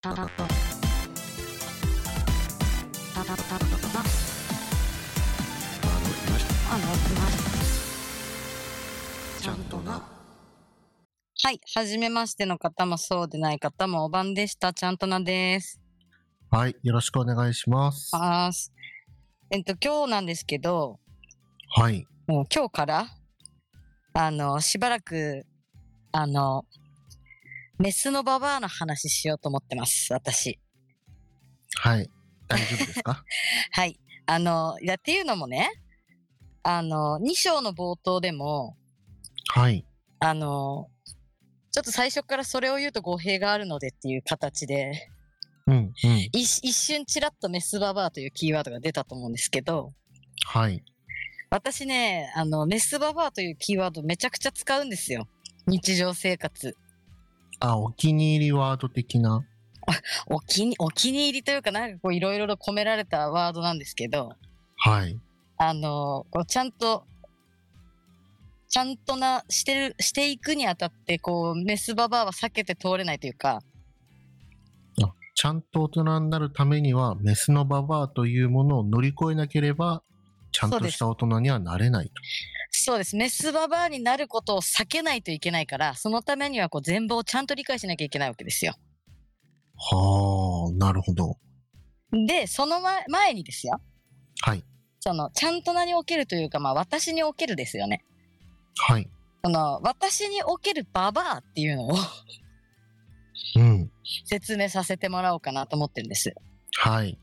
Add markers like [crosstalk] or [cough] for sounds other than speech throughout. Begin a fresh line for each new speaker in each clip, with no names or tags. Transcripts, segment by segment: タタッとタタッタッとタ
あの来まし
あの来ました
ちゃんとな
たはい初めましての方もそうでない方もお晩でしたちゃんとなです
はいよろしくお願いします
あーすえっと今日なんですけど
はい
もう今日からあのしばらくあのメスのババアの話しようと思ってます私
はい大丈夫ですか [laughs]
はい。あの、いや、っていうのもね、あの、2章の冒頭でも、
はい
あの、ちょっと最初からそれを言うと語弊があるのでっていう形で、
うんうん
一一瞬ちらっとメスババアというキーワードが出たと思うんですけど、
はい
私ね、あの、メスババアというキーワードめちゃくちゃ使うんですよ。日常生活。
あお気に入りワード的な
お気に、お気に入りというかなんかこういろいろと込められたワードなんですけど、
はい
あの、こうちゃんと、ちゃんとな、してる、していくにあたって、こう、メスババアは避けて通れないというか、
あちゃんと大人になるためにはメスのババアというものを乗り越えなければちゃんとした大人にはなれないと
そうです。メスババアになることを避けないといけないから、そのためには、こう、全貌をちゃんと理解しなきゃいけないわけですよ。
はあなるほど
で、その前前にですよ。
はい
その、ちゃんとなにおけるというか、まあ、私におけるですよね。
はい
その、私におけるババアっていうのを [laughs]
うん
説明させてもらおうかなと思ってるんです。
はい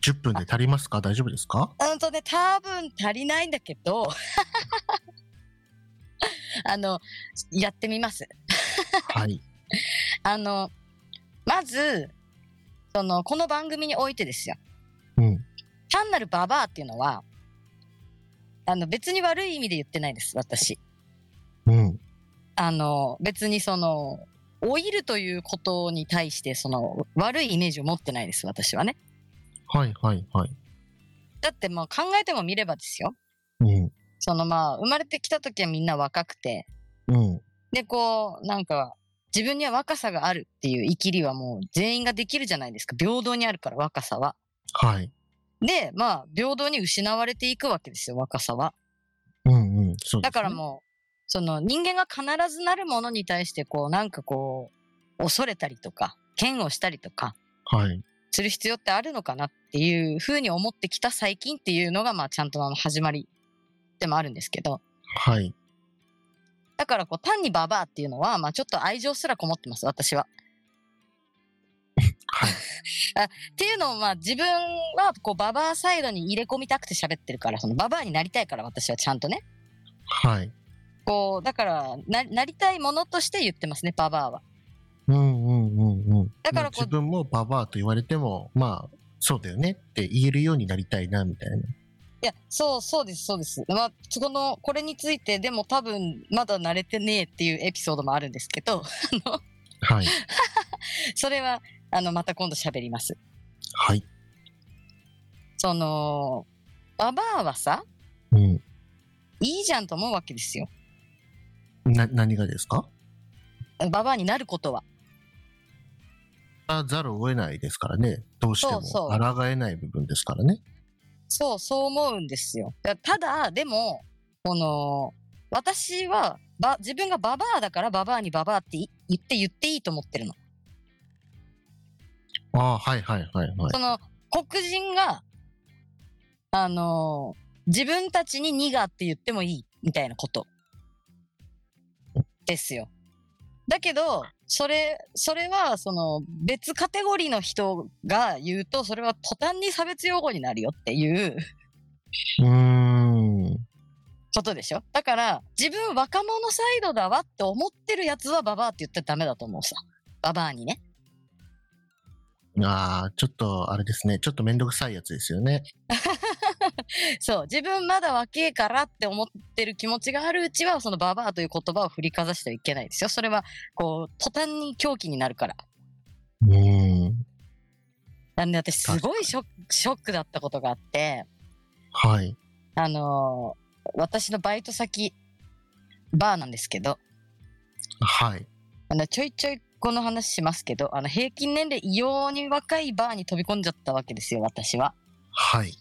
10分で足りますか大丈夫です [laughs] か
うんとね、多分足りないんだけど、 [laughs] あの、やってみます。
はい
あの、まず、その、この番組においてですよ。
うん
単なるババアっていうのは、あの、別に悪い意味で言ってないです、私。
うん
あの、別にその、老いるということに対して、その、悪いイメージを持ってないです、私はね。
はいはいはい
だって、まあ、考えてもみればですよ。
うん
その、まあ、生まれてきた時はみんな若くて、
うん
で、こう、なんか、自分には若さがあるっていう生きりはもう全員ができるじゃないですか。平等にあるから、若さは。
はい
で、まあ、平等に失われていくわけですよ、若さは。
うんうんそうですね
だからもう、その人間が必ずなるものに対して、こう、なんかこう、恐れたりとか、嫌悪したりとか、
はい。
する必要ってあるのかなっていうふうに思ってきた最近っていうのが、まあ、ちゃんとあの始まりでもあるんですけど、
はい。
だからこう、単にババアっていうのは、まあ、ちょっと愛情すらこもってます、私は。
はい。
っていうのをまあ自分はこうババアサイドに入れ込みたくて喋ってるからそのババアになりたいから私はちゃんとね
はい。
こうだからななりたいものとして言ってますねババアは
うんうんうんうん。
だからこう
自分もババアと言われても、まあ、そうだよねって言えるようになりたいな、みたいな。
いやそうそうですそうですまあそこのこれについてでも多分まだ慣れてねえっていうエピソードもあるんですけど [laughs]
はい。
それはあのまた今度喋ります
はい。
そのババアはさ
うん。
いいじゃんと思うわけですよ
な、何がですか
ババアになることは
あざるを得ないですからね。どうしても。
そうそう
抗えない部分ですからね。
そう、そう思うんですよ。だただ、でも、この、私は、ば、自分がババアだから、ババアにババアってい言って言っていいと思ってるの。
ああ、はいはいはいはい。
その、黒人が、あのー自分たちにニガーって言ってもいい、みたいなこと。ですよ。だけど、それ、それは、その、別カテゴリーの人が言うと、それは途端に差別用語になるよっていう。
うーん。
ことでしょだから自分若者サイドだわって思ってるやつはババアって言ったらダメだと思うさババアにね
ああ、ちょっと、あれですね。ちょっとめんどくさいやつですよね。
そう自分まだ若えからって思ってる気持ちがあるうちはそのババアという言葉を振りかざしてはいけないですよそれはこう途端に狂気になるから
うーん。
なんで私すごいショックショックだったことがあって
はい。
あのー私のバイト先バーなんですけど
はい。
あのちょいちょいこの話しますけど、あの、平均年齢異様に若いバーに飛び込んじゃったわけですよ、私は。
はい。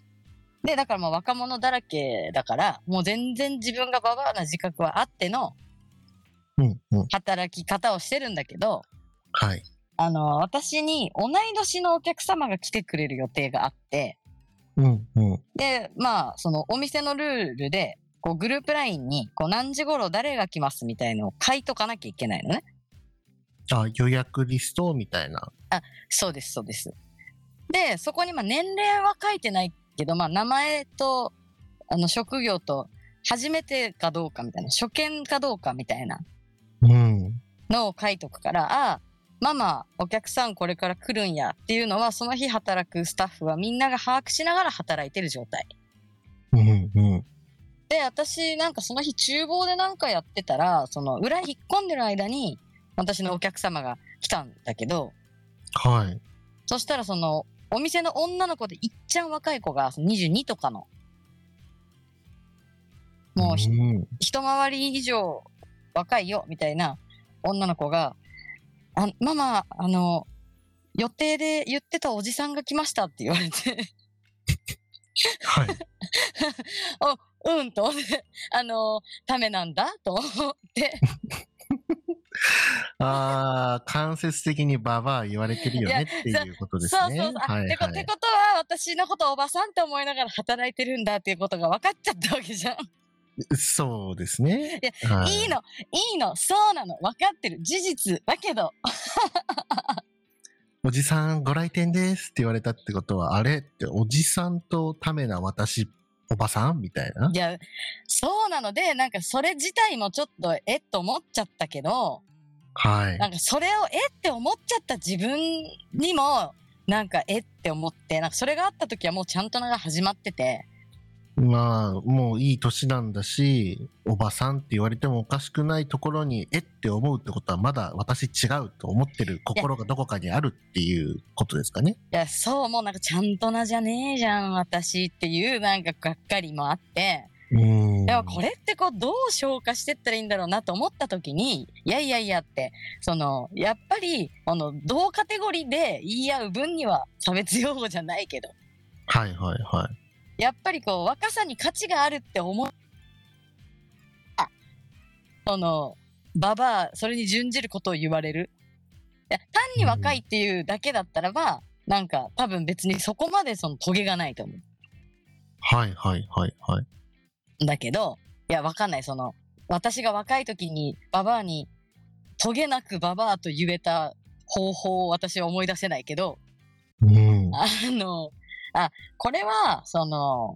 で、だからまあ若者だらけだから、もう全然自分がババアな自覚はあっての
うんうん。
働き方をしてるんだけど、
はい。
あの、私に同い年のお客様が来てくれる予定があって、
うんうん。
で、まあ、そのお店のルールで、こうグループラインに、こう何時頃誰が来ますみたいのを書いとかなきゃいけないのね。
あ、予約リストみたいな。
そうです、そうです。で、そこにまあ年齢は書いてないけど、まあ名前と、あの職業と、初めてかどうかみたいな、初見かどうかみたいな
うん。
のを書いとくから、ああ、ママ、お客さんこれから来るんやっていうのは、その日働くスタッフはみんなが把握しながら働いてる状態。
うんうん。
で、私なんかその日厨房でなんかやってたら、その裏引っ込んでる間に、私のお客様が来たんだけど、
はい。
そしたらその、お店の女の子でいっちゃん若い子がその22とかの、もうひ
うん、
一回り以上若いよみたいな女の子が「あママあの予定で言ってたおじさんが来ました」って [laughs] 言われて
はい。
うんと思ってあのためなんだと思って
[laughs] ああ、間接的にババア言われてるよねっていうことですね。
そうそうそう、あ
はいはい
てこてことは私のことおばさんって思いながら働いてるんだっていうことが分かっちゃったわけじゃん。
そうですね。はい
いいのいいのそうなの分かってる事実だけど。
おじさんご来店ですって言われたってことは、あれっておじさんとためな私、おばさんみたいない
やそうなのでなんかそれ自体もちょっとえっと思っちゃったけど。
はい
な。んかそれをえって思っちゃった自分にもなんかえって思ってなんかそれがあった時はもうちゃんとなんか始まってて
まあ、もういい年なんだし、おばさんって言われてもおかしくないところに、えって思うってことは、まだ私違うと思ってる心がどこかにあるっていうことですかね。
いやそうもうなんかちゃんとなじゃねえじゃん私っていうなんかがっかりもあって
うん。
でもこれってこうどう消化してったらいいんだろうなと思った時にいやいやいやってそのやっぱりあの同カテゴリーで言い合う分には差別用語じゃないけど
はいはいは
やっぱりこう若さに価値があるって思う。あそのババアそれに準じることを言われる。いや単に若いっていうだけだったらば、なんか多分別にそこまでそのトゲがないと思
い。はいはいはいはい。
うんだけどいやわかんないその私が若い時にババアにトゲなくババアと言えた方法を私は思い出せないけど
うん。
あのあこれはその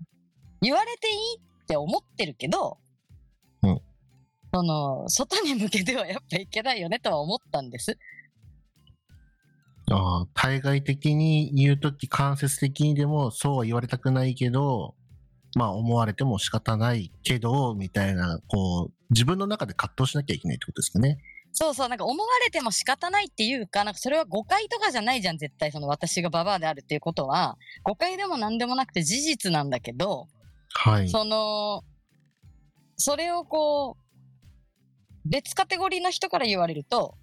言われていいって思ってるけど、
うん
その外に向けてはやっぱいけないよねとは思ったんです。
ああ、対外的に言うとき、間接的にでも、そうは言われたくないけど、まあ思われても仕方ないけど、みたいな、こう、自分の中で葛藤しなきゃいけないってことですかね。
そうそうなんか思われても仕方ないっていうかなんかそれは誤解とかじゃないじゃん絶対その私がババアであるっていうことは誤解でも何でもなくて事実なんだけど、
はい。
そのそれをこう別カテゴリーの人から言われると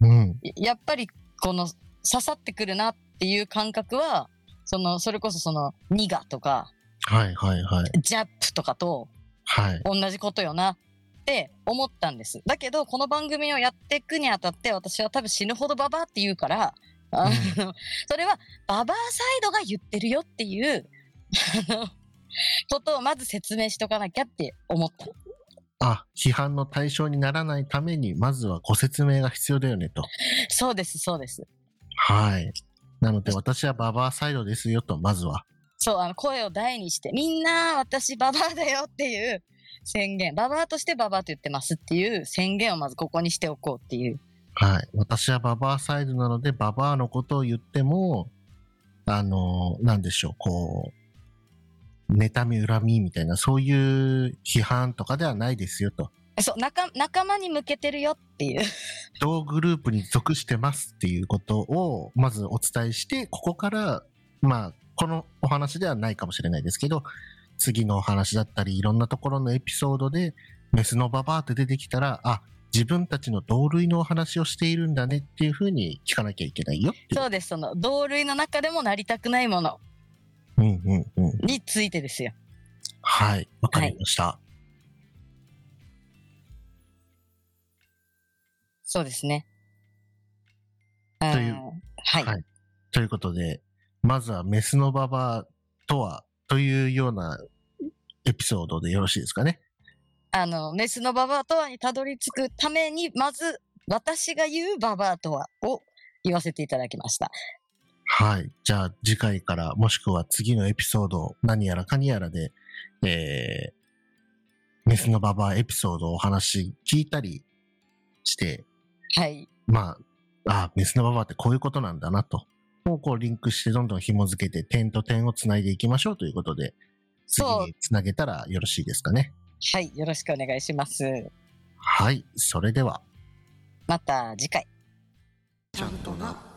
うん。
ややっぱりこの刺さってくるなっていう感覚はそのそれこそその「ニガ」とか
はいはいは
「
い。
ジャップ」とかと
はい。
同じことよなって思ったんですだけどこの番組をやっていくにあたって私は多分死ぬほどババアって言うからあの、 [laughs] それはババアサイドが言ってるよっていうあのことをまず説明しとかなきゃって思った
あ、批判の対象にならないために、まずはご説明が必要だよねと。
そうですそうです
はい。なので、私はババアサイドですよと、まずは。
そう、あの、声を大にして、みんな、私、ババアだよっていう宣言。ババアとしてババアと言ってますっていう宣言をまずここにしておこうっていう。
はい。私はババアサイドなので、ババアのことを言っても、あの、なんでしょう、こう、妬み、恨みみたいな、そういう批判とかではないですよと。
そう、仲、仲間に向けてるよっていう。 [laughs]
同グループに属してますっていうことを、まずお伝えして、ここから、まあ、このお話ではないかもしれないですけど、次のお話だったり、いろんなところのエピソードで、メスのババアって出てきたら、あ、自分たちの同類のお話をしているんだねっていうふうに聞かなきゃいけないよっていう。
そうです。その同類の中でもなりたくないもの
うんうんうん。
についてですよ。
はい、わかりました。
そうですね。
という
あーはい。
はいということで、まずはメスのババアとはというようなエピソードでよろしいですかね。
あの、メスのババアとはにたどり着くために、まず私が言うババアとはを言わせていただきました。
はい。じゃあ次回からもしくは次のエピソード何やらかにやらで、えー、メスのババアエピソードをお話聞いたりして、
はい。
まあ、あ、メスのババアってこういうことなんだなと。をこうリンクしてどんどん紐付けて点と点をつないでいきましょうということで、次
そう
につなげたらよろしいですかね。
はい。よろしくお願いします。
はい。それでは。
また次回。
ちゃんとな。